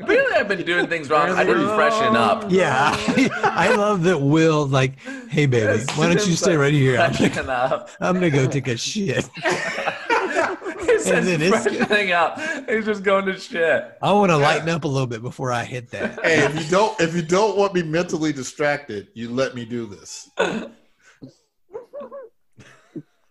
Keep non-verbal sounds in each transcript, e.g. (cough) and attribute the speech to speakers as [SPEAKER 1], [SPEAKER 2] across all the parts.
[SPEAKER 1] have been doing things wrong. I didn't freshen up.
[SPEAKER 2] Oh. Yeah, (laughs) I love that. Will like, hey baby, why don't you stay right here? I'm gonna,
[SPEAKER 1] Freshen up.
[SPEAKER 2] (laughs) I'm gonna go take a shit.
[SPEAKER 1] He says
[SPEAKER 2] then it's-
[SPEAKER 1] freshening up. He's just going to shit.
[SPEAKER 2] I want to lighten up a little bit before I hit that.
[SPEAKER 3] Hey, if you don't if you don't want me mentally distracted, you let me do this.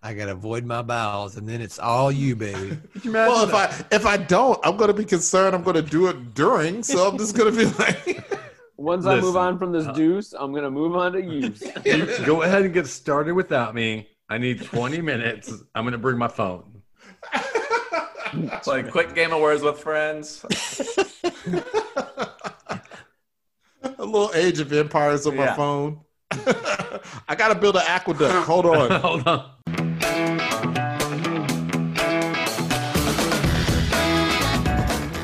[SPEAKER 2] I gotta avoid my bowels, and then it's all you, baby.
[SPEAKER 3] Could you imagine well, if I if I don't, I'm gonna be concerned. I'm gonna do it during, so I'm just gonna be like,
[SPEAKER 4] Once I move
[SPEAKER 5] Listen.
[SPEAKER 4] on from this deuce, I'm gonna move on to use.
[SPEAKER 5] You go ahead and get started without me. I need 20 minutes. I'm going to bring my phone.
[SPEAKER 1] It's like quick game of words with friends.
[SPEAKER 3] (laughs) a little Age of Empires on my
[SPEAKER 1] Yeah.
[SPEAKER 3] phone. (laughs) I gotta build an aqueduct. Hold on.
[SPEAKER 5] (laughs) Hold on.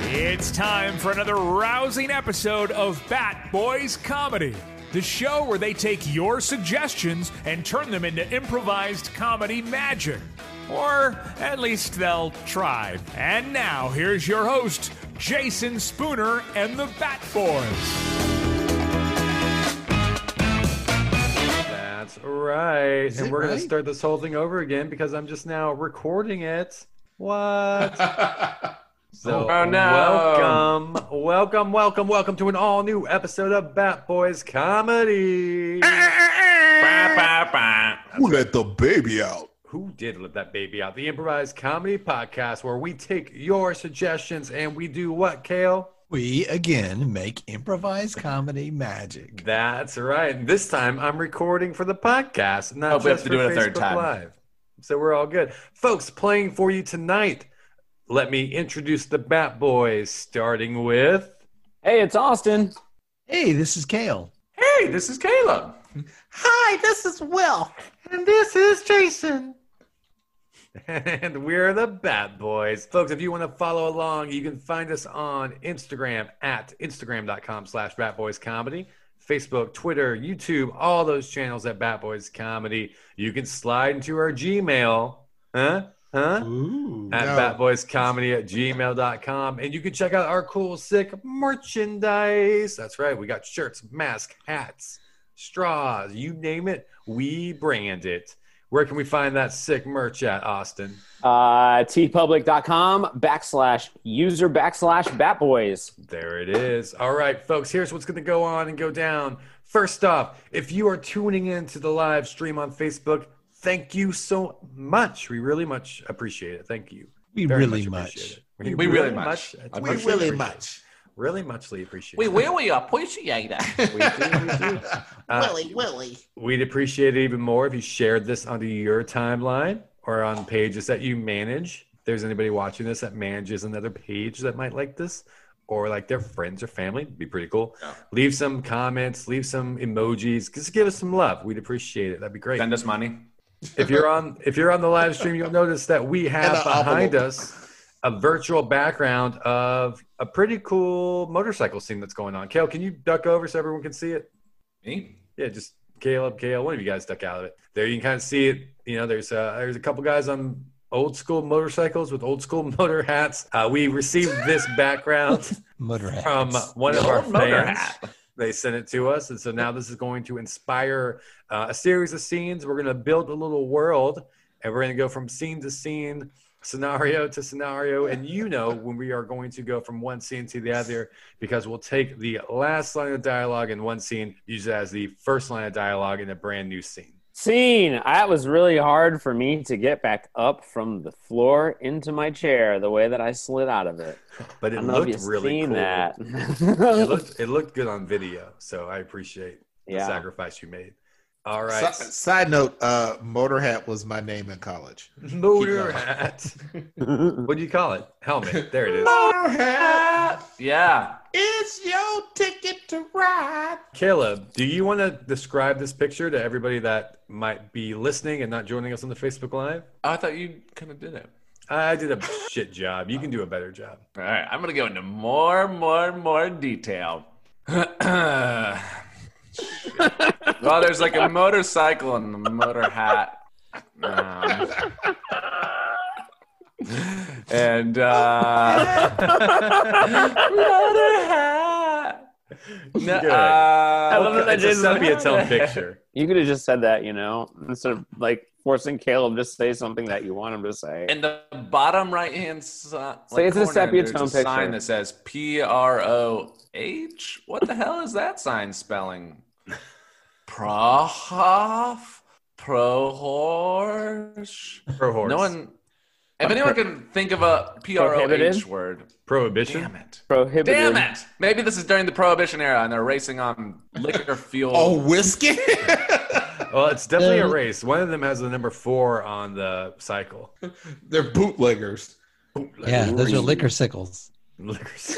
[SPEAKER 6] It's time for another rousing episode of Bat Boys Comedy, the show where they take your suggestions and turn them into improvised comedy magic. Or at least they'll try. And now, here's your host, Jason Spooner and the Bat Boys.
[SPEAKER 5] That's right. and
[SPEAKER 2] it
[SPEAKER 5] we're going
[SPEAKER 2] right?
[SPEAKER 5] to start this whole thing over again because I'm just now recording it. What? So
[SPEAKER 1] Oh, no.
[SPEAKER 5] welcome, welcome, welcome, welcome to an all new episode of Bat Boys Comedy.
[SPEAKER 1] Bah, bah, bah.
[SPEAKER 3] Who let the baby out?
[SPEAKER 5] Who did let that baby out? The improvised comedy podcast where we take your suggestions and we do what, Kale?
[SPEAKER 2] We again make improvised comedy magic.
[SPEAKER 5] That's right. And this time I'm recording for the podcast, not
[SPEAKER 1] Hope we have to
[SPEAKER 5] just for
[SPEAKER 1] do it a third
[SPEAKER 5] Facebook
[SPEAKER 1] time.
[SPEAKER 5] Live. So we're all good, folks. Playing for you tonight. Let me introduce the Bat Boys, starting with.
[SPEAKER 4] Hey, it's Austin.
[SPEAKER 2] Hey, this is Kale.
[SPEAKER 1] Hey, this is Caleb.
[SPEAKER 5] Hi, this is Will, and this is Jason. (laughs) And we're the Bat Boys. Folks, if you want to follow along, you can find us on Instagram at Instagram.com slash Bat Boys Comedy, Facebook, Twitter, YouTube, all those channels at Bat Boys Comedy. You can slide into our Gmail. Huh? Huh?
[SPEAKER 2] Ooh.
[SPEAKER 5] at
[SPEAKER 3] No.
[SPEAKER 5] batboyscomedy at gmail.com. And you can check out our cool, sick merchandise. That's right. We got shirts, masks, hats, straws, you name it. We brand it. Where can we find that sick merch at, Austin?
[SPEAKER 4] Uh, tpublic.com backslash user backslash batboys.
[SPEAKER 5] There it is. All right, folks, here's what's going to go on and go down. First off, if you are tuning in to the live stream on Facebook, thank you so much. We really much appreciate it. Thank you.
[SPEAKER 2] We
[SPEAKER 5] Very
[SPEAKER 2] really
[SPEAKER 5] appreciate
[SPEAKER 2] much.
[SPEAKER 5] it.
[SPEAKER 1] We really much.
[SPEAKER 3] We
[SPEAKER 5] appreciate
[SPEAKER 3] really
[SPEAKER 5] it.
[SPEAKER 3] much.
[SPEAKER 5] Really muchly appreciate
[SPEAKER 1] We
[SPEAKER 5] it.
[SPEAKER 1] really appreciate it.
[SPEAKER 5] We do, we do. Uh,
[SPEAKER 3] Willy, Willy.
[SPEAKER 5] We'd appreciate it even more if you shared this onto your timeline or on pages that you manage. If there's anybody watching this that manages another page that might like this or like their friends or family, it'd be pretty cool.
[SPEAKER 1] Yeah.
[SPEAKER 5] Leave some comments, leave some emojis, just give us some love. We'd appreciate it. That'd be great.
[SPEAKER 1] Send us money.
[SPEAKER 5] if you're on if you're on the live stream, you'll notice that we have
[SPEAKER 3] And a
[SPEAKER 5] behind
[SPEAKER 3] envelope.
[SPEAKER 5] us a virtual background of a pretty cool motorcycle scene that's going on. Kale, can you duck over so everyone can see it?
[SPEAKER 1] Me?
[SPEAKER 5] Yeah, just Caleb, Kale, one of you guys stuck out of it. There you can kind of see it. You know, there's uh, there's a couple guys on old school motorcycles with old school (laughs) motor hats. Uh, we received this
[SPEAKER 1] (laughs)
[SPEAKER 5] background
[SPEAKER 2] Motor
[SPEAKER 5] from
[SPEAKER 2] hats.
[SPEAKER 5] one of our
[SPEAKER 1] Old motor
[SPEAKER 5] fans.
[SPEAKER 1] hat.
[SPEAKER 5] They sent it to us, and so now this is going to inspire uh, a series of scenes. We're going to build a little world, and we're going to go from scene to scene, scenario to scenario. And you know when we are going to go from one scene to the other because we'll take the last line of dialogue in one scene, use it as the first line of dialogue in a brand new scene.
[SPEAKER 4] Scene. That was really hard for me to get back up from the floor into my chair the way that I slid out of it.
[SPEAKER 5] But
[SPEAKER 4] I
[SPEAKER 5] it
[SPEAKER 4] don't know if
[SPEAKER 5] looked
[SPEAKER 4] you've
[SPEAKER 5] really
[SPEAKER 4] seen
[SPEAKER 5] cool.
[SPEAKER 4] that.
[SPEAKER 5] It looked it looked good on video, so I appreciate the
[SPEAKER 4] (laughs) (laughs) yeah.
[SPEAKER 5] sacrifice you made. All right,
[SPEAKER 3] Si- side note: uh, Motor Hat was my name in college.
[SPEAKER 5] motor
[SPEAKER 3] going.
[SPEAKER 5] hat. What do you call it? Helmet. There it
[SPEAKER 3] (laughs)
[SPEAKER 5] is.
[SPEAKER 3] Motor Hat,
[SPEAKER 1] Yeah.
[SPEAKER 3] it's your ticket to ride.
[SPEAKER 5] Caleb, do you want to describe this picture to everybody that might be listening and not joining us on the Facebook Live?
[SPEAKER 1] Oh, I thought you kind of did it.
[SPEAKER 5] I did a shit job. You can do a better job.
[SPEAKER 1] All right, I'm going to go into more, more, more detail. well, there's like a motorcycle and a motor hat. Um, and uh, motor hat. No,
[SPEAKER 5] Good.
[SPEAKER 1] uh,
[SPEAKER 5] I love that
[SPEAKER 1] okay,
[SPEAKER 5] it's a
[SPEAKER 1] it's a
[SPEAKER 5] sepia-tone
[SPEAKER 1] sepia-tone
[SPEAKER 5] picture.
[SPEAKER 4] You could have just said that, you know, instead of like forcing Caleb to say something that you want him to say.
[SPEAKER 1] In the bottom right hand side,
[SPEAKER 4] So it's a sepia-tone picture.
[SPEAKER 1] sign that says P R O H. What the hell is that sign
[SPEAKER 4] (laughs)
[SPEAKER 1] spelling? Prohof? Prohorsh?
[SPEAKER 5] Pro horse.
[SPEAKER 1] No one. If anyone can think of a P R O
[SPEAKER 4] Prohibited?
[SPEAKER 1] H word,
[SPEAKER 5] Prohibition.
[SPEAKER 1] damn it.
[SPEAKER 4] Prohibited.
[SPEAKER 1] Damn it! Maybe this is during the Prohibition era and they're racing on
[SPEAKER 4] (laughs)
[SPEAKER 1] liquor fuel.
[SPEAKER 3] Oh, whiskey. (laughs)
[SPEAKER 5] Well, it's definitely a
[SPEAKER 2] Uh,
[SPEAKER 5] race. One of them has the number four on the (laughs) cycle.
[SPEAKER 3] They're bootleggers.
[SPEAKER 2] Yeah, those are liquor sickles.
[SPEAKER 5] Liquors.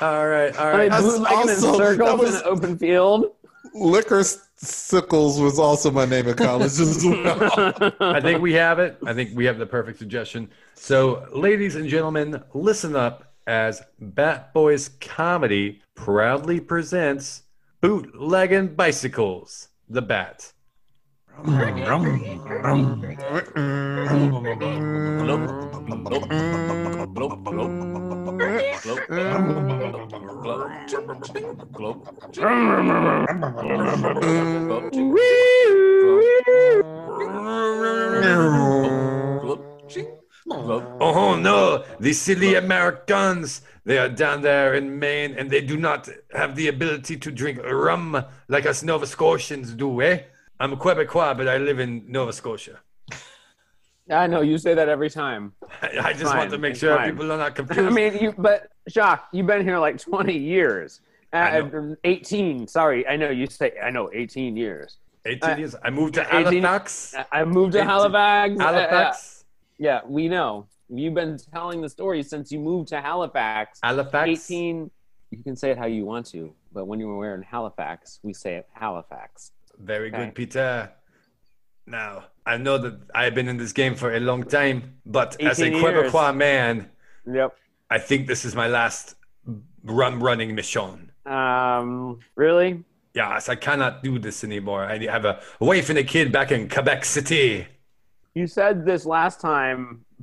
[SPEAKER 5] all right, all
[SPEAKER 4] Are they
[SPEAKER 5] right.
[SPEAKER 3] That's
[SPEAKER 4] bootlegging in
[SPEAKER 3] also- that
[SPEAKER 4] circles
[SPEAKER 3] was-
[SPEAKER 4] in an open field? (laughs)
[SPEAKER 3] Liquor sickles was also my name in college as well.
[SPEAKER 5] I think we have it. I think we have the perfect suggestion. So, ladies and gentlemen, listen up as Bat Boys Comedy proudly presents Bootlegging Bicycles, the Bat. Oh no, the silly Americans. They are down there in Maine and they do not have the ability to drink rum like us Nova Scotians do, eh? I'm a Quebecois, but I live in Nova Scotia. (laughs)
[SPEAKER 4] I know you say that every time.
[SPEAKER 5] I, I just
[SPEAKER 4] Fine,
[SPEAKER 5] want to make
[SPEAKER 4] it's
[SPEAKER 5] sure
[SPEAKER 4] fine.
[SPEAKER 5] people are not confused.
[SPEAKER 4] (laughs) I mean, you but Jacques, you've been here like 20 years.
[SPEAKER 5] I
[SPEAKER 4] Uh, 18. Sorry, I know you say I know 18 years. uh,
[SPEAKER 5] 18 years. I moved to
[SPEAKER 4] 18
[SPEAKER 5] Halifax.
[SPEAKER 4] I- I moved to
[SPEAKER 5] 18
[SPEAKER 4] Halifax. Uh,
[SPEAKER 5] Halifax.
[SPEAKER 4] uh, yeah, we know. You've been telling the story since you moved to Halifax.
[SPEAKER 5] Uh, Halifax.
[SPEAKER 4] 18. You can say it how you want to, but when you were in Halifax, we say it Halifax.
[SPEAKER 5] Very
[SPEAKER 4] Okay.
[SPEAKER 5] good, Peter. Now, I know that I've been in this game for a long time, but as a
[SPEAKER 4] 18 years.
[SPEAKER 5] Quebecois man,
[SPEAKER 4] Yep.
[SPEAKER 5] I think this is my last rum running mission.
[SPEAKER 4] Um, really?
[SPEAKER 5] Yes, I cannot do this anymore. I have a wife and a kid back in Quebec City.
[SPEAKER 4] You said this last time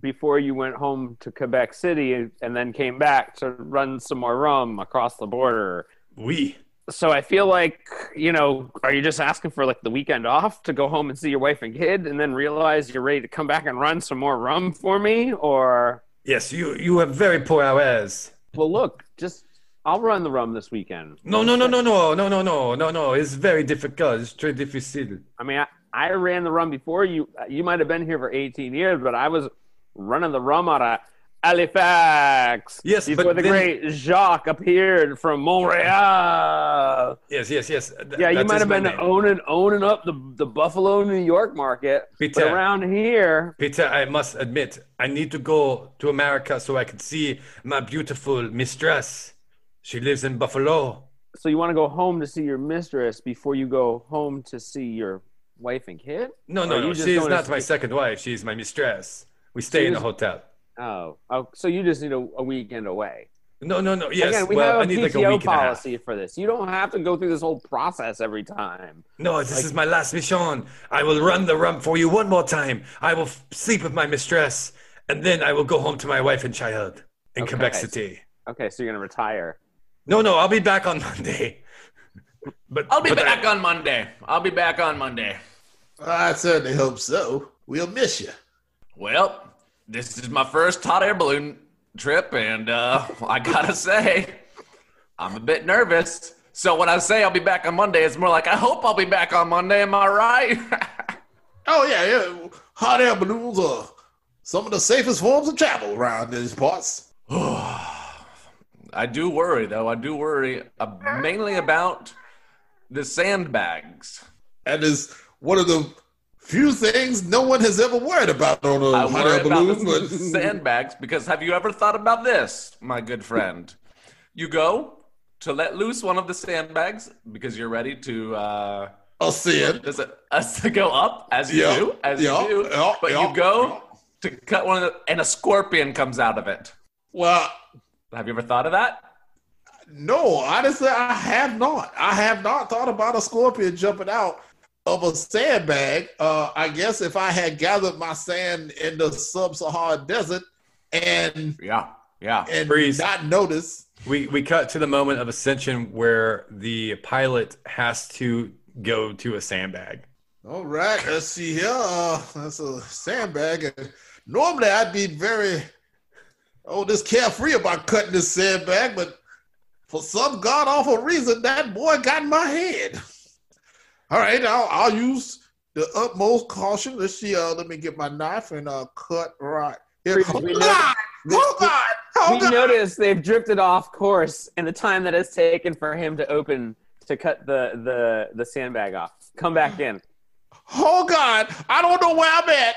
[SPEAKER 4] before you went home to Quebec City and then came back to run some more rum across the border.
[SPEAKER 5] We.
[SPEAKER 4] So I feel like, you know, are you just asking for like the weekend off to go home and see your wife and kid and then realize you're ready to come back and run some more rum for me? Or,
[SPEAKER 5] Yes, you, you have very poor hours.
[SPEAKER 4] well, look, just I'll run the rum this weekend.
[SPEAKER 5] No, no, no, no, no, no, no, no, no, no. It's very difficult. It's très difficile.
[SPEAKER 4] I mean, I, I ran the rum before you. You might have been here for 18 years, but I was running the rum out of Halifax.
[SPEAKER 5] Yes,
[SPEAKER 4] before
[SPEAKER 5] but
[SPEAKER 4] the
[SPEAKER 5] then-
[SPEAKER 4] great Jacques appeared from Montreal.
[SPEAKER 5] Yes, yes, yes. Th-
[SPEAKER 4] Yeah, you
[SPEAKER 5] that
[SPEAKER 4] might
[SPEAKER 5] is
[SPEAKER 4] have
[SPEAKER 5] my
[SPEAKER 4] been
[SPEAKER 5] name.
[SPEAKER 4] owning owning up the the Buffalo, New York market, but
[SPEAKER 5] Peter.
[SPEAKER 4] around here,
[SPEAKER 5] Peter, I must admit, I need to go to America so I can see my beautiful mistress. She lives in Buffalo.
[SPEAKER 4] so you want to go home to see your mistress before you go home to see your wife and kid.
[SPEAKER 5] No,
[SPEAKER 4] Or
[SPEAKER 5] no,
[SPEAKER 4] Oh, you
[SPEAKER 5] no.
[SPEAKER 4] just
[SPEAKER 5] She is
[SPEAKER 4] don't
[SPEAKER 5] not
[SPEAKER 4] escape-
[SPEAKER 5] my second wife. She is my mistress. We stay
[SPEAKER 4] you
[SPEAKER 5] in a
[SPEAKER 4] just-
[SPEAKER 5] hotel.
[SPEAKER 4] Oh, oh, so you just need a, a weekend away.
[SPEAKER 5] No, no, no. Yes,
[SPEAKER 4] Again, we
[SPEAKER 5] well, I
[SPEAKER 4] have a
[SPEAKER 5] need like
[SPEAKER 4] PTO
[SPEAKER 5] a week and a half.
[SPEAKER 4] policy for this. You don't have to go through this whole process every time.
[SPEAKER 5] No, this is my last mission. I will run the rump for you one more time. I will f- sleep with my mistress, and then I will go home to my wife and child in Quebec
[SPEAKER 4] Okay.
[SPEAKER 5] City.
[SPEAKER 4] Okay, so you're gonna retire.
[SPEAKER 5] No, no, I'll be back on (laughs) Monday. But
[SPEAKER 1] I'll be
[SPEAKER 5] but I-
[SPEAKER 1] back on Monday. I'll be back on Monday.
[SPEAKER 3] (laughs) I certainly hope so. We'll miss you.
[SPEAKER 1] Well, this is my first hot air balloon trip, and uh, I gotta say, I'm a bit nervous. So when I say I'll be back on Monday, it's more like I hope I'll be back on Monday. Am I right? (laughs)
[SPEAKER 3] Oh yeah, yeah. Hot air balloons are some of the safest forms of travel around these parts.
[SPEAKER 1] I do worry, though. I do worry uh, mainly about the sandbags.
[SPEAKER 3] And is one of the few things no one has ever worried about on a
[SPEAKER 1] I
[SPEAKER 3] hot air
[SPEAKER 1] worry about
[SPEAKER 3] balloon.
[SPEAKER 1] the
[SPEAKER 3] But
[SPEAKER 1] sandbags because have you ever thought about this, my good friend? You go to let loose one of the sandbags because you're ready to. Uh,
[SPEAKER 3] (laughs) I'll see it.
[SPEAKER 1] does it (laughs) us to go up as you
[SPEAKER 3] Yeah,
[SPEAKER 1] do as
[SPEAKER 3] yeah,
[SPEAKER 1] you do
[SPEAKER 3] yeah,
[SPEAKER 1] but
[SPEAKER 3] yeah,
[SPEAKER 1] you go to cut one of the, and a scorpion comes out of it
[SPEAKER 3] Well,
[SPEAKER 1] have you ever thought of that
[SPEAKER 3] no, honestly, I have not. I have not thought about a scorpion jumping out of a sandbag. Uh, I guess if I had gathered my sand in the sub-Saharan desert and
[SPEAKER 1] yeah Yeah.
[SPEAKER 3] and
[SPEAKER 5] Freeze.
[SPEAKER 3] not notice.
[SPEAKER 5] We we cut to the moment of ascension where the pilot has to go to a sandbag.
[SPEAKER 3] All right, let's see here. Uh, that's a sandbag. And normally, I'd be very, oh, this carefree about cutting this sandbag, but for some god awful reason, that boy got in my head. All right, I'll, I'll use the utmost caution. Let's see. Uh, let me get my knife and uh, cut right here.
[SPEAKER 4] Freeze,
[SPEAKER 3] Oh
[SPEAKER 4] we know-
[SPEAKER 3] God! Oh God! Oh
[SPEAKER 4] We
[SPEAKER 3] God!
[SPEAKER 4] notice they've drifted off course in the time that it's taken for him to open to cut the the the sandbag off. Come back in.
[SPEAKER 3] Oh God! I don't know where I'm at.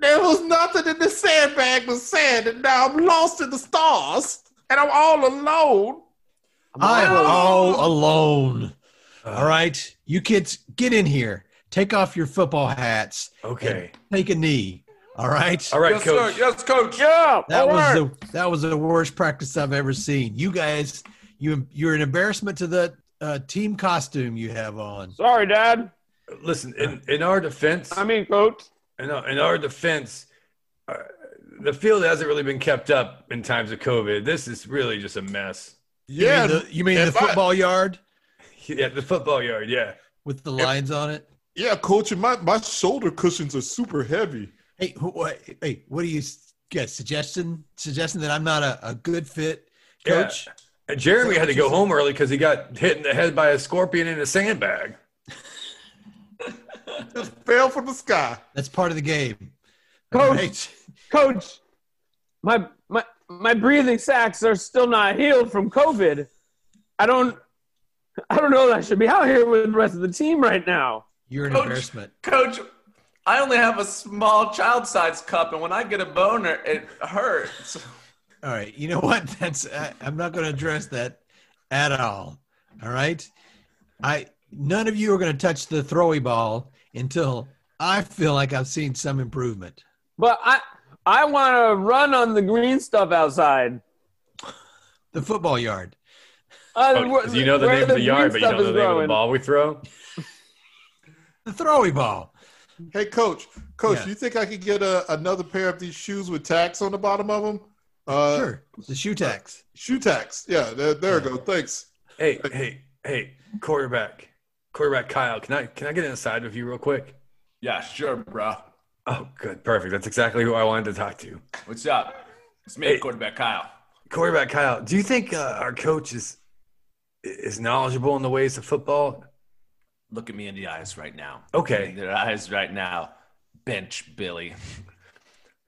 [SPEAKER 3] There was nothing in this sandbag but sand, and now I'm lost in the stars, and I'm all alone.
[SPEAKER 2] I'm
[SPEAKER 4] Oh.
[SPEAKER 2] all alone. All right, you kids, get in here. Take off your football hats.
[SPEAKER 5] Okay.
[SPEAKER 2] Take a knee. All right.
[SPEAKER 5] All right,
[SPEAKER 1] yes,
[SPEAKER 5] coach.
[SPEAKER 1] sir. Yes, coach.
[SPEAKER 4] Yeah,
[SPEAKER 2] That was the that was the worst practice I've ever seen. You guys, you you're an embarrassment to the uh, team costume you have on.
[SPEAKER 4] Sorry, Dad.
[SPEAKER 5] Listen, in, in our defense,
[SPEAKER 4] I mean, coach.
[SPEAKER 5] in our, in our defense, uh, the field hasn't really been kept up in times of COVID. This is really just a mess.
[SPEAKER 2] You
[SPEAKER 3] Yeah,
[SPEAKER 2] mean the, you mean the
[SPEAKER 3] if I-
[SPEAKER 2] football yard
[SPEAKER 5] Yeah, the football yard. Yeah.
[SPEAKER 2] with the lines on it?
[SPEAKER 3] yeah, coach. My my shoulder cushions are super heavy.
[SPEAKER 2] Hey, wh- what, hey, what are you guys suggesting? Suggesting that I'm not a, a good fit
[SPEAKER 5] Yeah.
[SPEAKER 2] coach?
[SPEAKER 5] And Jeremy had to go home early because he got hit in the head by a scorpion in a sandbag.
[SPEAKER 3] Just fell from the sky.
[SPEAKER 2] That's part of the game.
[SPEAKER 4] Coach.
[SPEAKER 2] All right.
[SPEAKER 4] Coach, my my my breathing sacs are still not healed from COVID. I don't I don't know that I should be out here with the rest of the team right now.
[SPEAKER 2] You're an
[SPEAKER 1] Coach.
[SPEAKER 2] embarrassment.
[SPEAKER 1] Coach, I only have a small child sized cup, and when I get a boner, it hurts.
[SPEAKER 2] All right. You know (laughs) what? That's I, I'm not going to address that at all. All right. I none of you are going to touch the throwy ball until I feel like I've seen some improvement.
[SPEAKER 4] But I I want to run on the green stuff outside.
[SPEAKER 2] The football yard.
[SPEAKER 4] Uh,
[SPEAKER 5] Oh,
[SPEAKER 4] where-
[SPEAKER 5] you know the
[SPEAKER 4] where
[SPEAKER 5] name of the
[SPEAKER 4] green
[SPEAKER 5] yard, but you
[SPEAKER 4] stuff
[SPEAKER 5] don't know the name
[SPEAKER 4] is
[SPEAKER 5] of the
[SPEAKER 4] growing.
[SPEAKER 5] ball we throw.
[SPEAKER 2] The throwy ball.
[SPEAKER 3] Hey, coach, coach,
[SPEAKER 2] Yeah.
[SPEAKER 3] you think I could get a, another pair of these shoes with tacks on the bottom of them? Uh,
[SPEAKER 2] Sure. The shoe tax.
[SPEAKER 3] Shoe tacks. Yeah, there, there we go. Thanks.
[SPEAKER 5] Hey, hey, hey, quarterback, quarterback Kyle, can I can I get inside with you real quick?
[SPEAKER 1] yeah, sure, bro.
[SPEAKER 5] Oh, good, perfect. That's exactly who I wanted to talk to.
[SPEAKER 1] What's up? It's me,
[SPEAKER 5] Hey.
[SPEAKER 1] quarterback Kyle.
[SPEAKER 5] Quarterback Kyle, do you think uh, our coach is is knowledgeable in the ways of football?
[SPEAKER 1] Look at me in the eyes right now. In
[SPEAKER 5] Okay,
[SPEAKER 1] their eyes right now. Bench Billy.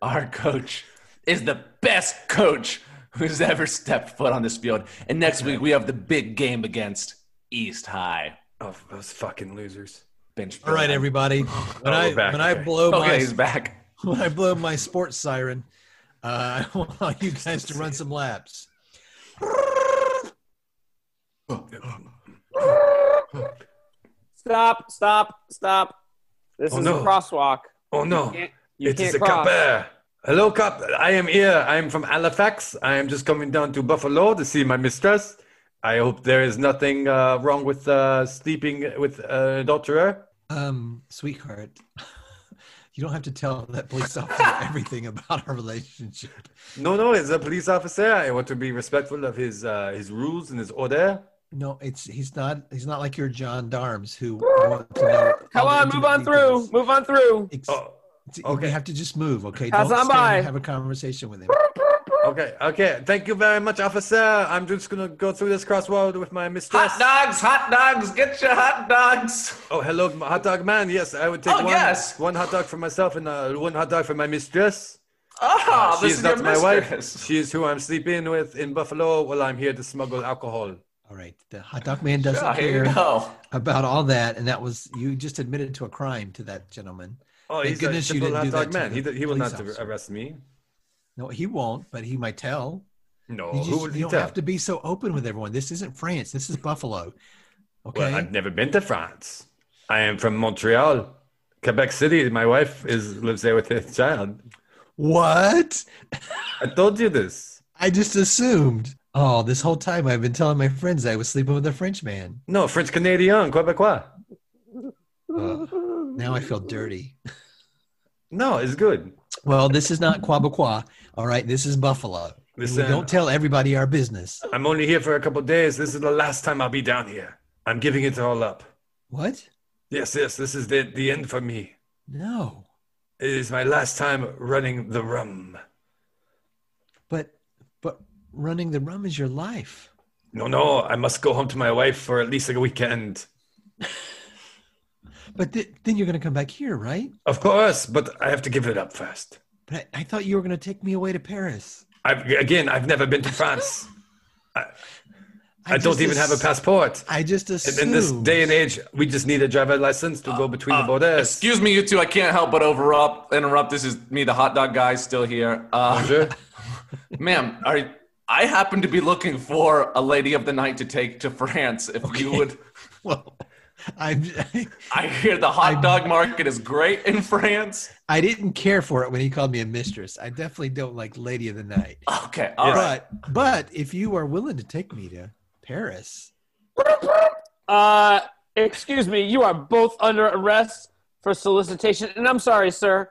[SPEAKER 1] Our coach is the best coach who's ever stepped foot on this field. And next week we have the big game against East High.
[SPEAKER 5] oh, those fucking losers.
[SPEAKER 1] Bench
[SPEAKER 2] All
[SPEAKER 1] Billy.
[SPEAKER 2] right,
[SPEAKER 5] (laughs)
[SPEAKER 2] everybody. When
[SPEAKER 5] Oh,
[SPEAKER 2] I
[SPEAKER 5] we're back.
[SPEAKER 2] when I
[SPEAKER 5] Okay.
[SPEAKER 2] blow
[SPEAKER 1] Okay,
[SPEAKER 2] my
[SPEAKER 1] he's back.
[SPEAKER 2] (laughs) when I blow my sports siren, uh, (laughs) I want all you guys to run some laps.
[SPEAKER 4] Stop, stop, stop. This
[SPEAKER 5] Oh,
[SPEAKER 4] is
[SPEAKER 5] no.
[SPEAKER 4] a crosswalk.
[SPEAKER 5] Oh no,
[SPEAKER 4] You can't, you
[SPEAKER 5] it is
[SPEAKER 4] can't
[SPEAKER 5] a
[SPEAKER 4] cross.
[SPEAKER 5] cop. Hello, cop. I am here. I am from Halifax. I am just coming down to Buffalo to see my mistress. I hope there is nothing uh, wrong with uh, sleeping with an adulterer.
[SPEAKER 2] Um, sweetheart, (laughs) you don't have to tell that police
[SPEAKER 5] (laughs)
[SPEAKER 2] officer everything about our relationship.
[SPEAKER 5] No, no, as a police officer, I want to be respectful of his uh, his rules and his order.
[SPEAKER 2] No, it's he's not he's not like your John Darms
[SPEAKER 5] (laughs)
[SPEAKER 2] who want to know.
[SPEAKER 4] Come on, move on through. Move on through.
[SPEAKER 2] It's,
[SPEAKER 5] Oh,
[SPEAKER 2] okay.
[SPEAKER 5] okay.
[SPEAKER 2] We have to just move, okay?
[SPEAKER 4] Pass on
[SPEAKER 2] stand
[SPEAKER 4] by.
[SPEAKER 2] and have a conversation with him.
[SPEAKER 5] okay, okay. Thank you very much, officer. I'm just gonna go through this crossroad with my mistress.
[SPEAKER 1] Hot dogs, hot dogs, get your hot dogs.
[SPEAKER 5] Oh, hello, m- hot dog man. Yes, I would take
[SPEAKER 1] Oh,
[SPEAKER 5] one
[SPEAKER 1] yes.
[SPEAKER 5] one hot dog for myself and uh, one hot dog for my mistress.
[SPEAKER 1] Oh, this
[SPEAKER 5] Uh, she is
[SPEAKER 1] is
[SPEAKER 5] not
[SPEAKER 1] your
[SPEAKER 5] my
[SPEAKER 1] mistress. (laughs)
[SPEAKER 5] wife. She is who I'm sleeping with in Buffalo while I'm here to smuggle alcohol.
[SPEAKER 2] All right. The hot dog man doesn't
[SPEAKER 1] Oh, here you
[SPEAKER 2] care
[SPEAKER 1] go.
[SPEAKER 2] about all that, and that was you just admitted to a crime to that gentleman.
[SPEAKER 5] Oh,
[SPEAKER 2] Thank
[SPEAKER 5] he's a
[SPEAKER 2] goodness you
[SPEAKER 5] simple
[SPEAKER 2] didn't
[SPEAKER 5] hot
[SPEAKER 2] do
[SPEAKER 5] dog
[SPEAKER 2] that to
[SPEAKER 5] man. He,
[SPEAKER 2] the
[SPEAKER 5] d- he will
[SPEAKER 2] police
[SPEAKER 5] not
[SPEAKER 2] officer.
[SPEAKER 5] arrest me.
[SPEAKER 2] No, he won't, but he might tell.
[SPEAKER 5] No,
[SPEAKER 2] You, just,
[SPEAKER 5] who would
[SPEAKER 2] you
[SPEAKER 5] he
[SPEAKER 2] don't
[SPEAKER 5] tell?
[SPEAKER 2] have to be so open with everyone. This isn't France. This is Buffalo. Okay.
[SPEAKER 5] Well, I've never been to France. I am from Montreal, Quebec City. My wife is lives there with her child.
[SPEAKER 2] what?
[SPEAKER 5] I told you this.
[SPEAKER 2] I just assumed. Oh, this whole time I've been telling my friends I was sleeping with a French man.
[SPEAKER 5] No, French Canadian, Quebecois. Uh,
[SPEAKER 2] Ugh, now I feel (laughs) dirty.
[SPEAKER 5] No, it's good.
[SPEAKER 2] Well, this is not Quabecois. All right. This is Buffalo. We
[SPEAKER 5] Listen,
[SPEAKER 2] don't tell everybody our business.
[SPEAKER 5] I'm only here for a couple of days. This is the last time I'll be down here. I'm giving it all up.
[SPEAKER 2] What?
[SPEAKER 5] Yes, yes, this is the, the end for me.
[SPEAKER 2] No.
[SPEAKER 5] It is my last time running the rum.
[SPEAKER 2] But but running the rum is your life.
[SPEAKER 5] No, no, I must go home to my wife for at least like a weekend.
[SPEAKER 2] But th- then you're going to come back here, right?
[SPEAKER 5] Of course, but I have to give it up first.
[SPEAKER 2] But I, I thought you were going to take me away to Paris.
[SPEAKER 5] I've, again, I've
[SPEAKER 2] (laughs)
[SPEAKER 5] never been to France. I, don't
[SPEAKER 2] just
[SPEAKER 5] even have a
[SPEAKER 2] ass-
[SPEAKER 5] passport.
[SPEAKER 2] I just
[SPEAKER 5] And
[SPEAKER 2] assumed.
[SPEAKER 5] in this day and age, we just need a driver license to go between the borders.
[SPEAKER 1] Excuse me, you two. I can't help but overrupt, interrupt. This is me, the hot dog guy, still here.
[SPEAKER 5] (laughs)
[SPEAKER 1] Uh,
[SPEAKER 5] Sure.
[SPEAKER 1] ma'am, are, I happen to be looking for a lady of the night to take to France. If you would,
[SPEAKER 2] (laughs) well, I'm, (laughs)
[SPEAKER 1] I hear the hot dog market is great in France.
[SPEAKER 2] I didn't care for it when he called me a mistress. I definitely don't like Lady of the Night.
[SPEAKER 1] Okay, all right.
[SPEAKER 2] But but if you are willing to take me to Paris,
[SPEAKER 4] Uh, excuse me, you are both under arrest for solicitation. And I'm sorry, sir.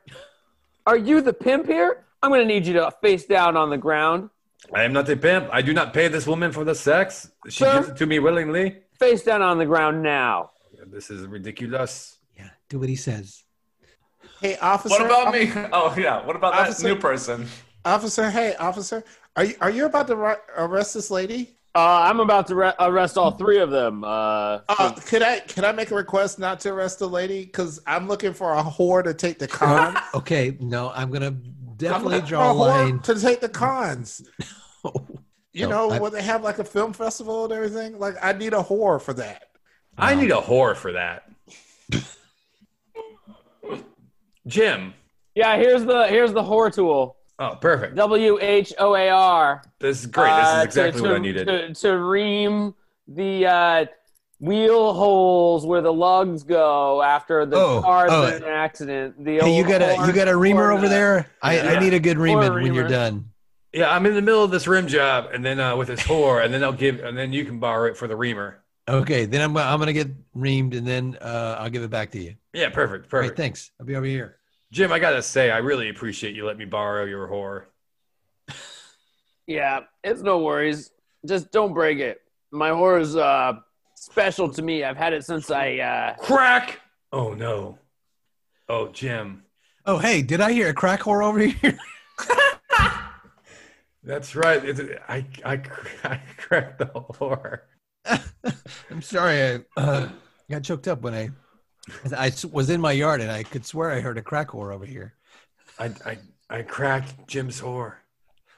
[SPEAKER 4] Are you the pimp here? I'm going to need you to face down on the ground.
[SPEAKER 5] I am not a pimp. I do not pay this woman for the sex. She
[SPEAKER 4] Sir?
[SPEAKER 5] gives it to me willingly.
[SPEAKER 4] Face down on the ground now.
[SPEAKER 5] This is ridiculous.
[SPEAKER 2] yeah, do what he says.
[SPEAKER 3] Hey, officer.
[SPEAKER 1] What about me? (laughs) Oh yeah. What about that
[SPEAKER 3] Officer-
[SPEAKER 1] new person?
[SPEAKER 3] Officer, hey, officer. Are you, are you about to ri- arrest this lady?
[SPEAKER 4] Uh, I'm about to re- arrest all three of them. Uh,
[SPEAKER 3] Uh, could I could I make a request not to arrest the lady? Because I'm looking for a whore to take the cons.
[SPEAKER 2] Okay, no, I'm going to
[SPEAKER 3] (laughs) I'm
[SPEAKER 2] definitely
[SPEAKER 3] looking
[SPEAKER 2] draw a
[SPEAKER 3] for whore
[SPEAKER 2] line.
[SPEAKER 3] to take the cons. You
[SPEAKER 2] No,
[SPEAKER 3] know,
[SPEAKER 2] I-
[SPEAKER 3] when they have like a film festival and everything, like I need a whore for that.
[SPEAKER 5] I need a whore for that. Jim.
[SPEAKER 4] yeah, here's the here's the whore tool.
[SPEAKER 5] Oh, perfect.
[SPEAKER 4] W H O A R.
[SPEAKER 5] This is great. This
[SPEAKER 4] uh,
[SPEAKER 5] is
[SPEAKER 4] to-
[SPEAKER 5] exactly
[SPEAKER 4] to,
[SPEAKER 5] what I needed.
[SPEAKER 4] To, to ream the uh, wheel holes where the lugs go after the
[SPEAKER 2] Oh,
[SPEAKER 4] car's
[SPEAKER 2] oh.
[SPEAKER 4] in an accident. The
[SPEAKER 2] Hey, you
[SPEAKER 4] old
[SPEAKER 2] got a you
[SPEAKER 4] horn-
[SPEAKER 2] got a reamer
[SPEAKER 4] horn,
[SPEAKER 2] over
[SPEAKER 4] uh,
[SPEAKER 2] there? I, I
[SPEAKER 5] Yeah.
[SPEAKER 2] need a good reamer when you're
[SPEAKER 4] reamer.
[SPEAKER 2] done.
[SPEAKER 5] Yeah, I'm in the middle of this rim job, and then uh, with this whore, and then I'll give, and then you can borrow it for the reamer.
[SPEAKER 2] Okay, then I'm I'm gonna get reamed and then uh, I'll give it back to you.
[SPEAKER 5] Yeah, perfect,
[SPEAKER 2] All right,
[SPEAKER 5] perfect.
[SPEAKER 2] thanks. I'll be over here.
[SPEAKER 5] Jim, I gotta say, I really appreciate you letting me borrow your whore.
[SPEAKER 4] Yeah, it's no worries. Just don't break it. My whore is uh, special to me. I've had it since I. Uh,
[SPEAKER 5] Crack. Oh no. Oh, Jim.
[SPEAKER 2] Oh, hey, did I hear a crack whore over (laughs) here?
[SPEAKER 5] That's right. It- I, I, (laughs) I cracked the whore.
[SPEAKER 2] I'm sorry, I uh, got choked up when I I s- was in my yard and I could swear I heard a crack whore over here.
[SPEAKER 5] I, I, I cracked Jim's whore.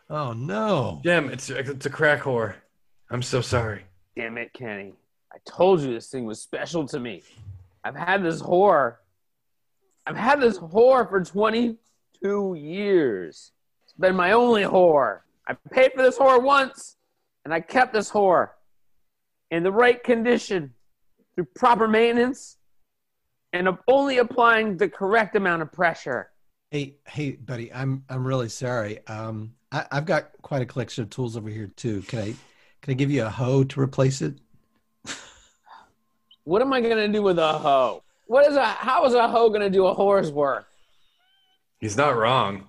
[SPEAKER 2] Oh no!
[SPEAKER 5] Jim, it's it's a crack whore. I'm so sorry.
[SPEAKER 4] damn it, Kenny! I told you this thing was special to me. I've had this whore. I've had this whore for 22 years. It's been my only whore. I paid for this whore once, and I kept this whore in the right condition through proper maintenance and of only applying the correct amount of pressure.
[SPEAKER 2] Hey, hey, buddy, I'm I'm really sorry. Um, I, I've got quite a collection of tools over here too. Can I can I give you a hoe to replace it?
[SPEAKER 4] What am I gonna do with a hoe? What is a how is a hoe gonna do a whore's work?
[SPEAKER 5] He's not wrong.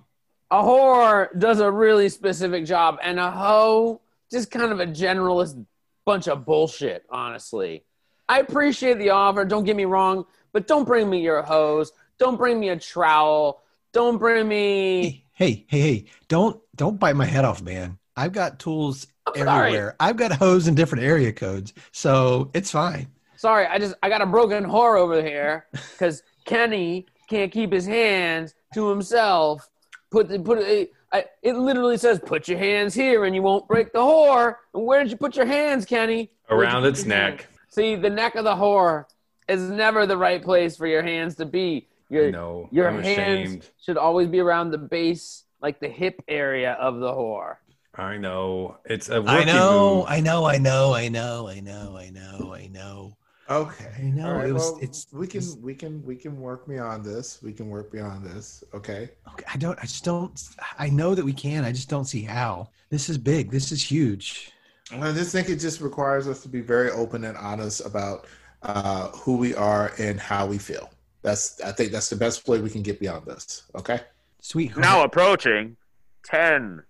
[SPEAKER 4] A whore does a really specific job, and a hoe just kind of a generalist bunch of bullshit. Honestly, I appreciate the offer. Don't get me wrong, but don't bring me your hose. Don't bring me a trowel. Don't bring me.
[SPEAKER 2] Hey, hey, hey, hey! Don't don't bite my head off, man. I've got tools
[SPEAKER 4] (laughs) I'm sorry.
[SPEAKER 2] everywhere. I've got hoes in different area codes, so it's fine.
[SPEAKER 4] Sorry, I just I got a broken whore over here because Kenny can't keep his hands to himself. Put the put it. I, it literally says, "Put your hands here, and you won't break the whore." And where did you put your hands, Kenny? Where'd you
[SPEAKER 5] Around
[SPEAKER 4] put
[SPEAKER 5] its
[SPEAKER 4] your hands?
[SPEAKER 5] neck.
[SPEAKER 4] See, the neck of the whore is never the right place for your hands to be. Your
[SPEAKER 5] No,
[SPEAKER 4] your
[SPEAKER 5] I'm
[SPEAKER 4] hands
[SPEAKER 5] ashamed.
[SPEAKER 4] should always be around the base, like the hip area of the whore.
[SPEAKER 5] I know. It's a
[SPEAKER 2] I
[SPEAKER 5] rookie
[SPEAKER 2] know,
[SPEAKER 5] move.
[SPEAKER 2] I know, I know, I know, I know, I know, I know.
[SPEAKER 3] Okay.
[SPEAKER 2] I know,
[SPEAKER 3] All
[SPEAKER 2] it was-
[SPEAKER 3] well,
[SPEAKER 2] it's-
[SPEAKER 3] we can
[SPEAKER 2] it's-
[SPEAKER 3] we can we can work beyond this. We can work beyond this. Okay.
[SPEAKER 2] Okay, I don't. I just don't. I know that we can. I just don't see how. This is big. This is huge.
[SPEAKER 3] I just think it just requires us to be very open and honest about uh, who we are and how we feel. That's I think that's the best way we can get beyond this. Okay.
[SPEAKER 2] Sweet.
[SPEAKER 4] Now approaching 10,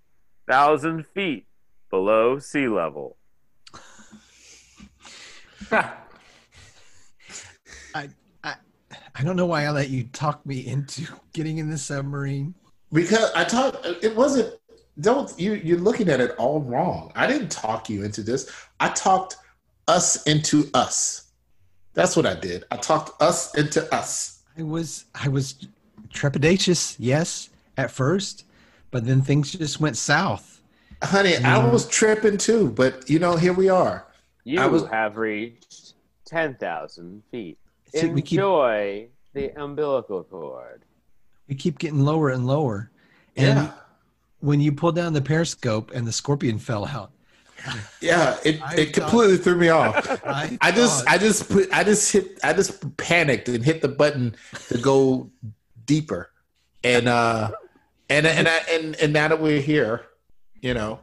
[SPEAKER 4] thousand feet below sea level.
[SPEAKER 2] I don't know why I let you talk me into (laughs) getting in the submarine.
[SPEAKER 3] Because I talked, it wasn't. Don't you? You're looking at it all wrong. I didn't talk you into this. I talked us into us. That's what I did. I talked us into us.
[SPEAKER 2] I was I was trepidatious, yes, at first, but then things just went south.
[SPEAKER 3] Honey,
[SPEAKER 2] Mm.
[SPEAKER 3] I was tripping too, but you know, here we are.
[SPEAKER 4] You
[SPEAKER 3] I was-
[SPEAKER 4] have reached 10,000 feet.
[SPEAKER 2] See, we keep-
[SPEAKER 4] Enjoy the umbilical cord.
[SPEAKER 2] We keep getting lower and lower. And
[SPEAKER 3] Yeah,
[SPEAKER 2] when you pull down the periscope and the scorpion fell out,
[SPEAKER 3] yeah. It
[SPEAKER 2] I
[SPEAKER 3] it
[SPEAKER 2] thought-
[SPEAKER 3] completely threw me
[SPEAKER 2] (laughs)
[SPEAKER 3] off.
[SPEAKER 2] I,
[SPEAKER 3] (laughs) I just
[SPEAKER 2] thought-
[SPEAKER 3] I just put I just hit I just panicked and hit the button to go deeper. And uh and and I and, and now that we're here, you know.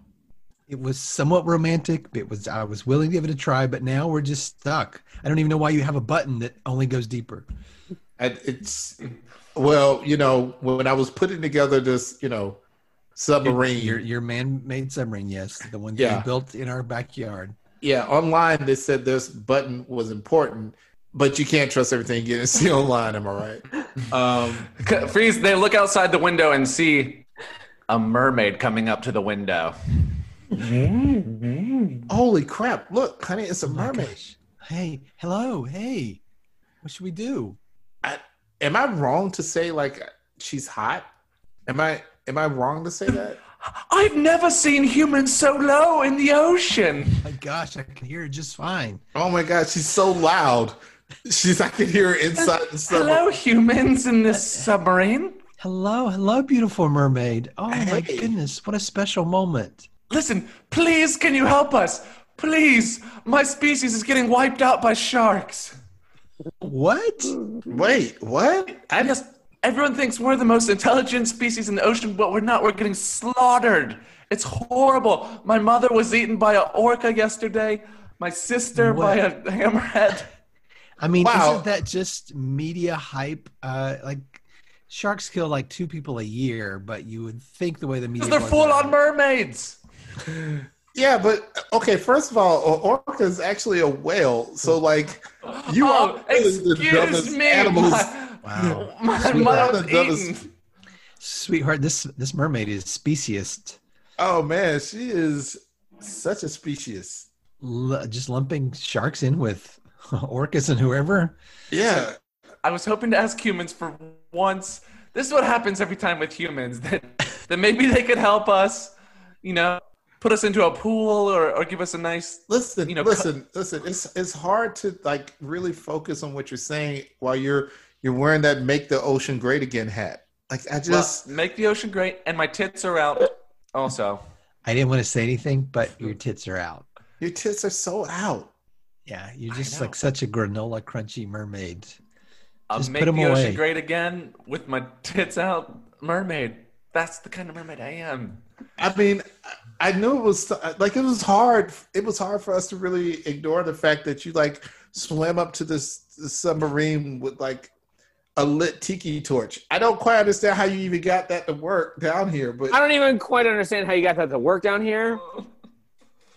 [SPEAKER 2] it was somewhat romantic. It was I was willing to give it a try, but now we're just stuck. I don't even know why you have a button that only goes deeper.
[SPEAKER 3] And it's well, you know, when I was putting together this, you know, submarine
[SPEAKER 2] Your your man-made submarine, yes, the one that
[SPEAKER 3] Yeah.
[SPEAKER 2] you built in our backyard.
[SPEAKER 3] yeah, online they said this button was important, but you can't trust everything you (laughs) see online, am I right? Um
[SPEAKER 1] Freeze, they look outside the window and see a mermaid coming up to the window.
[SPEAKER 3] holy crap, look, honey, it's a mermaid.
[SPEAKER 2] Hey, hello, hey. What should we do?
[SPEAKER 3] Am I wrong to say like she's hot? Am I am I wrong to say that?
[SPEAKER 1] I've never seen humans so low in the ocean.
[SPEAKER 2] My gosh, I can hear it just fine.
[SPEAKER 3] Oh my god, she's so loud. She's I can hear her inside the summer.
[SPEAKER 1] Hello, humans in this submarine.
[SPEAKER 2] Hello, hello, beautiful mermaid. Oh my
[SPEAKER 3] Hey.
[SPEAKER 2] goodness, what a special moment.
[SPEAKER 1] Listen, please, can you help us? Please, my species is getting wiped out by sharks.
[SPEAKER 2] What?
[SPEAKER 3] Wait, what?
[SPEAKER 1] I just, everyone thinks we're the most intelligent species in the ocean, but we're not. We're getting slaughtered. It's horrible. My mother was eaten by an orca yesterday, my sister by a
[SPEAKER 3] (laughs)
[SPEAKER 1] hammerhead.
[SPEAKER 2] I mean,
[SPEAKER 3] Wow.
[SPEAKER 2] isn't that just media hype? Uh, like sharks kill like two people a year, but you would think the way the media
[SPEAKER 1] They're
[SPEAKER 2] was-
[SPEAKER 1] full on mermaids.
[SPEAKER 3] Yeah, but okay, first of all, an orca is actually a whale. So like you
[SPEAKER 1] Oh,
[SPEAKER 3] are really the
[SPEAKER 1] excuse
[SPEAKER 3] dumbest
[SPEAKER 1] me.
[SPEAKER 3] animals.
[SPEAKER 1] My,
[SPEAKER 2] Wow.
[SPEAKER 1] my
[SPEAKER 3] You are
[SPEAKER 1] mother
[SPEAKER 3] the
[SPEAKER 1] was
[SPEAKER 3] dumbest-
[SPEAKER 1] eaten.
[SPEAKER 2] Sweetheart, this this mermaid is speciest.
[SPEAKER 3] Oh man, she is such a species.
[SPEAKER 2] L- just lumping sharks in with (laughs) orcas and whoever.
[SPEAKER 3] Yeah.
[SPEAKER 1] I was hoping to ask humans for once. This is what happens every time with humans (laughs) that, that maybe they could help us, you know, put us into a pool or, or give us a nice.
[SPEAKER 3] Listen,
[SPEAKER 1] You know,
[SPEAKER 3] listen, listen. It's it's hard to like really focus on what you're saying while you're you're wearing that make the ocean great again hat. Like I just
[SPEAKER 1] Make the ocean great, and my tits are out also.
[SPEAKER 2] I didn't want to say anything, but your tits are out.
[SPEAKER 3] your tits are so out.
[SPEAKER 2] Yeah, you're just like such a granola crunchy mermaid.
[SPEAKER 1] I'll
[SPEAKER 2] Just
[SPEAKER 1] Uh, make
[SPEAKER 2] put 'em
[SPEAKER 1] the ocean
[SPEAKER 2] away.
[SPEAKER 1] great again with my tits out mermaid. That's the kind of mermaid I am.
[SPEAKER 3] I mean, I- I knew it was like it was hard. It was hard for us to really ignore the fact that you like swam up to this, this submarine with like a lit tiki torch. I don't quite understand how you even got that to work down here, but
[SPEAKER 4] I don't even quite understand how you got that to work down here.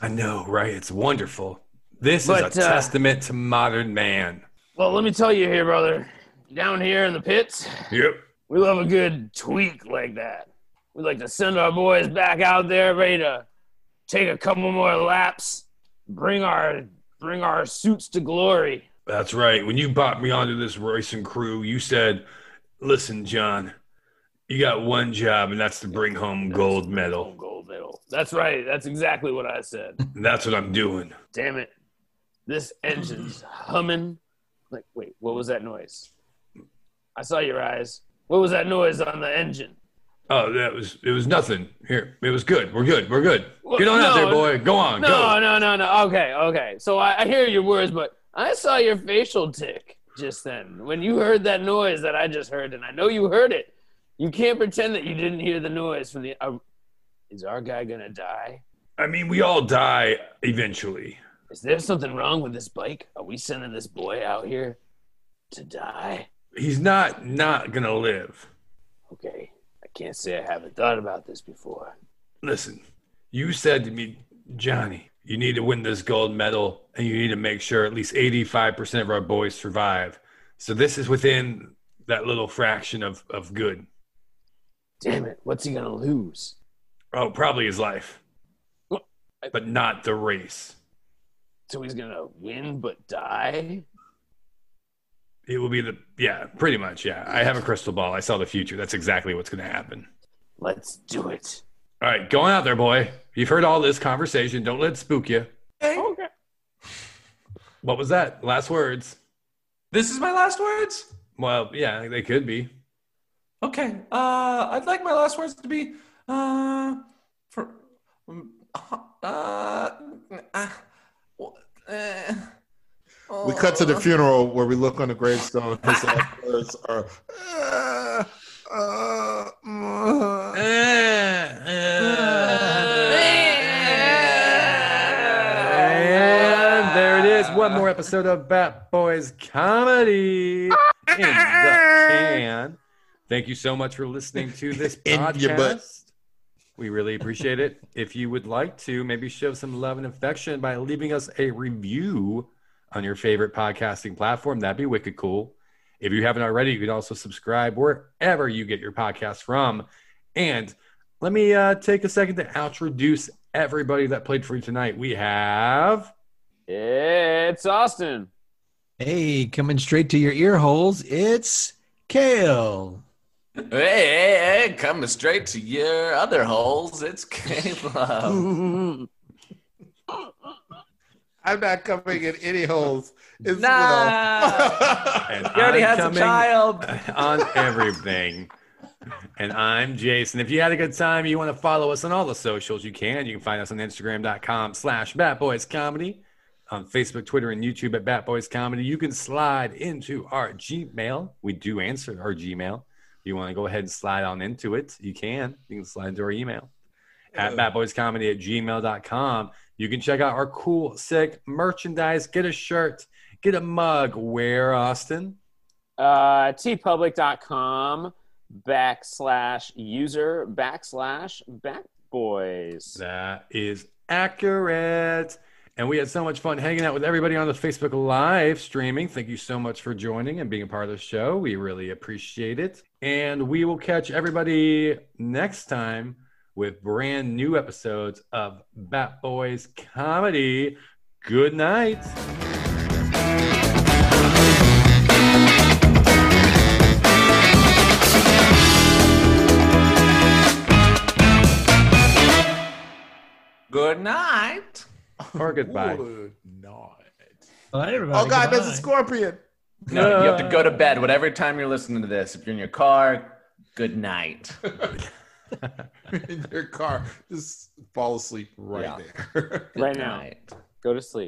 [SPEAKER 5] I know, right? It's wonderful. This
[SPEAKER 4] But,
[SPEAKER 5] is a
[SPEAKER 4] uh,
[SPEAKER 5] testament to modern man.
[SPEAKER 4] Well, let me tell you here, brother. Down here in the pits,
[SPEAKER 5] Yep.
[SPEAKER 4] we love a good tweak like that. We like to send our boys back out there ready to take a couple more laps, bring our bring our suits to glory.
[SPEAKER 5] That's right. When you bought me onto this racing crew, you said, "Listen, John, you got one job, and that's to bring home gold medal.
[SPEAKER 4] Gold medal. That's right. That's exactly what I said.
[SPEAKER 5] (laughs) And that's what I'm doing."
[SPEAKER 4] Damn it. This engine's humming. Like, wait, what was that noise? I saw your eyes. What was that noise on the engine?
[SPEAKER 5] Oh, that was it. Was nothing here. It was good. We're good. We're good.
[SPEAKER 4] Well,
[SPEAKER 5] Get on out
[SPEAKER 4] no,
[SPEAKER 5] there, boy. Go on.
[SPEAKER 4] No,
[SPEAKER 5] go.
[SPEAKER 4] no, no, no. Okay, okay. So I, I hear your words, but I saw your facial tick just then when you heard that noise that I just heard, and I know you heard it. You can't pretend that you didn't hear the noise from the. Uh, is our guy gonna die?
[SPEAKER 5] I mean, we all die eventually.
[SPEAKER 4] Is there something wrong with this bike? Are we sending this boy out here to die?
[SPEAKER 5] He's not not gonna live.
[SPEAKER 4] Okay, I can't say I haven't thought about this before.
[SPEAKER 5] Listen, You said to me, Johnny, you need to win this gold medal and you need to make sure at least 85% of our boys survive. So this is within that little fraction of, of good.
[SPEAKER 4] Damn it, what's he gonna lose?
[SPEAKER 5] Oh, probably his life, but not the race.
[SPEAKER 4] So he's gonna win but die?
[SPEAKER 5] It will be the, yeah, pretty much. Yeah. I have a crystal ball. I saw the future. That's exactly what's going to happen.
[SPEAKER 4] Let's do it.
[SPEAKER 5] All right, going out there, boy. You've heard all this conversation. Don't let it spook you.
[SPEAKER 2] Oh.
[SPEAKER 4] Okay.
[SPEAKER 5] What was that? Last words.
[SPEAKER 1] This is my last words?
[SPEAKER 5] Well, yeah, they could be.
[SPEAKER 1] Okay. Uh, I'd like my last words to be uh, for um, uh, uh, uh,
[SPEAKER 3] We cut to
[SPEAKER 1] oh.
[SPEAKER 3] the funeral where we look on the gravestone. His last words are, "Uh, uh, mm, uh."
[SPEAKER 5] And there it is. One more episode of Bat Boys Comedy in the can. Thank you so much for
[SPEAKER 3] (laughs)
[SPEAKER 5] listening to this
[SPEAKER 3] In your butt.
[SPEAKER 5] podcast. We really appreciate it. If you would like to, maybe show some love and affection by leaving us a review on your favorite podcasting platform. That'd be wicked cool. If you haven't already, you can also subscribe wherever you get your podcast from. And let me uh, take a second to introduce everybody that played for you tonight. We have
[SPEAKER 4] It's Austin.
[SPEAKER 2] Hey, coming straight to your ear holes, it's Kale.
[SPEAKER 1] Hey, hey, hey, coming straight to your other holes. It's Caleb.
[SPEAKER 4] Uh,
[SPEAKER 3] I'm not coming in any holes. It's (laughs)
[SPEAKER 1] Nah.
[SPEAKER 3] Will.
[SPEAKER 5] and
[SPEAKER 1] He already
[SPEAKER 5] I'm
[SPEAKER 1] has a
[SPEAKER 5] coming
[SPEAKER 1] child.
[SPEAKER 5] (laughs) on everything. And I'm Jason. If you had a good time, you want to follow us on all the socials, you can. You can find us on Instagram.com slash Bat Boys Comedy, on Facebook, Twitter, and YouTube at Bat Boys Comedy. You can slide into our Gmail. We do answer our Gmail. You want to go ahead and slide on into it, you can. You can slide into our email at batboyscomedy at gmail.com. You can check out our cool, sick merchandise. Get a shirt, get a mug. Where, Austin?
[SPEAKER 4] Uh, tpublic.com backslash user backslash backboys.
[SPEAKER 5] That is accurate. And we had so much fun hanging out with everybody on the Facebook live streaming. Thank you so much for joining and being a part of the show. We really appreciate it. And we will catch everybody next time with brand new episodes of Bat Boys Comedy. Good night.
[SPEAKER 1] Good night.
[SPEAKER 5] Or goodbye.
[SPEAKER 3] Good night.
[SPEAKER 2] Well, everybody,
[SPEAKER 3] Oh, God, there's
[SPEAKER 2] goodbye.
[SPEAKER 3] a scorpion. (laughs)
[SPEAKER 1] No, you have to go to bed whatever time you're listening to this. If you're in your car, good night.
[SPEAKER 3] in your car. Just fall asleep right
[SPEAKER 1] Yeah.
[SPEAKER 3] there.
[SPEAKER 4] Right
[SPEAKER 1] Good
[SPEAKER 4] now.
[SPEAKER 1] night.
[SPEAKER 4] Go to sleep.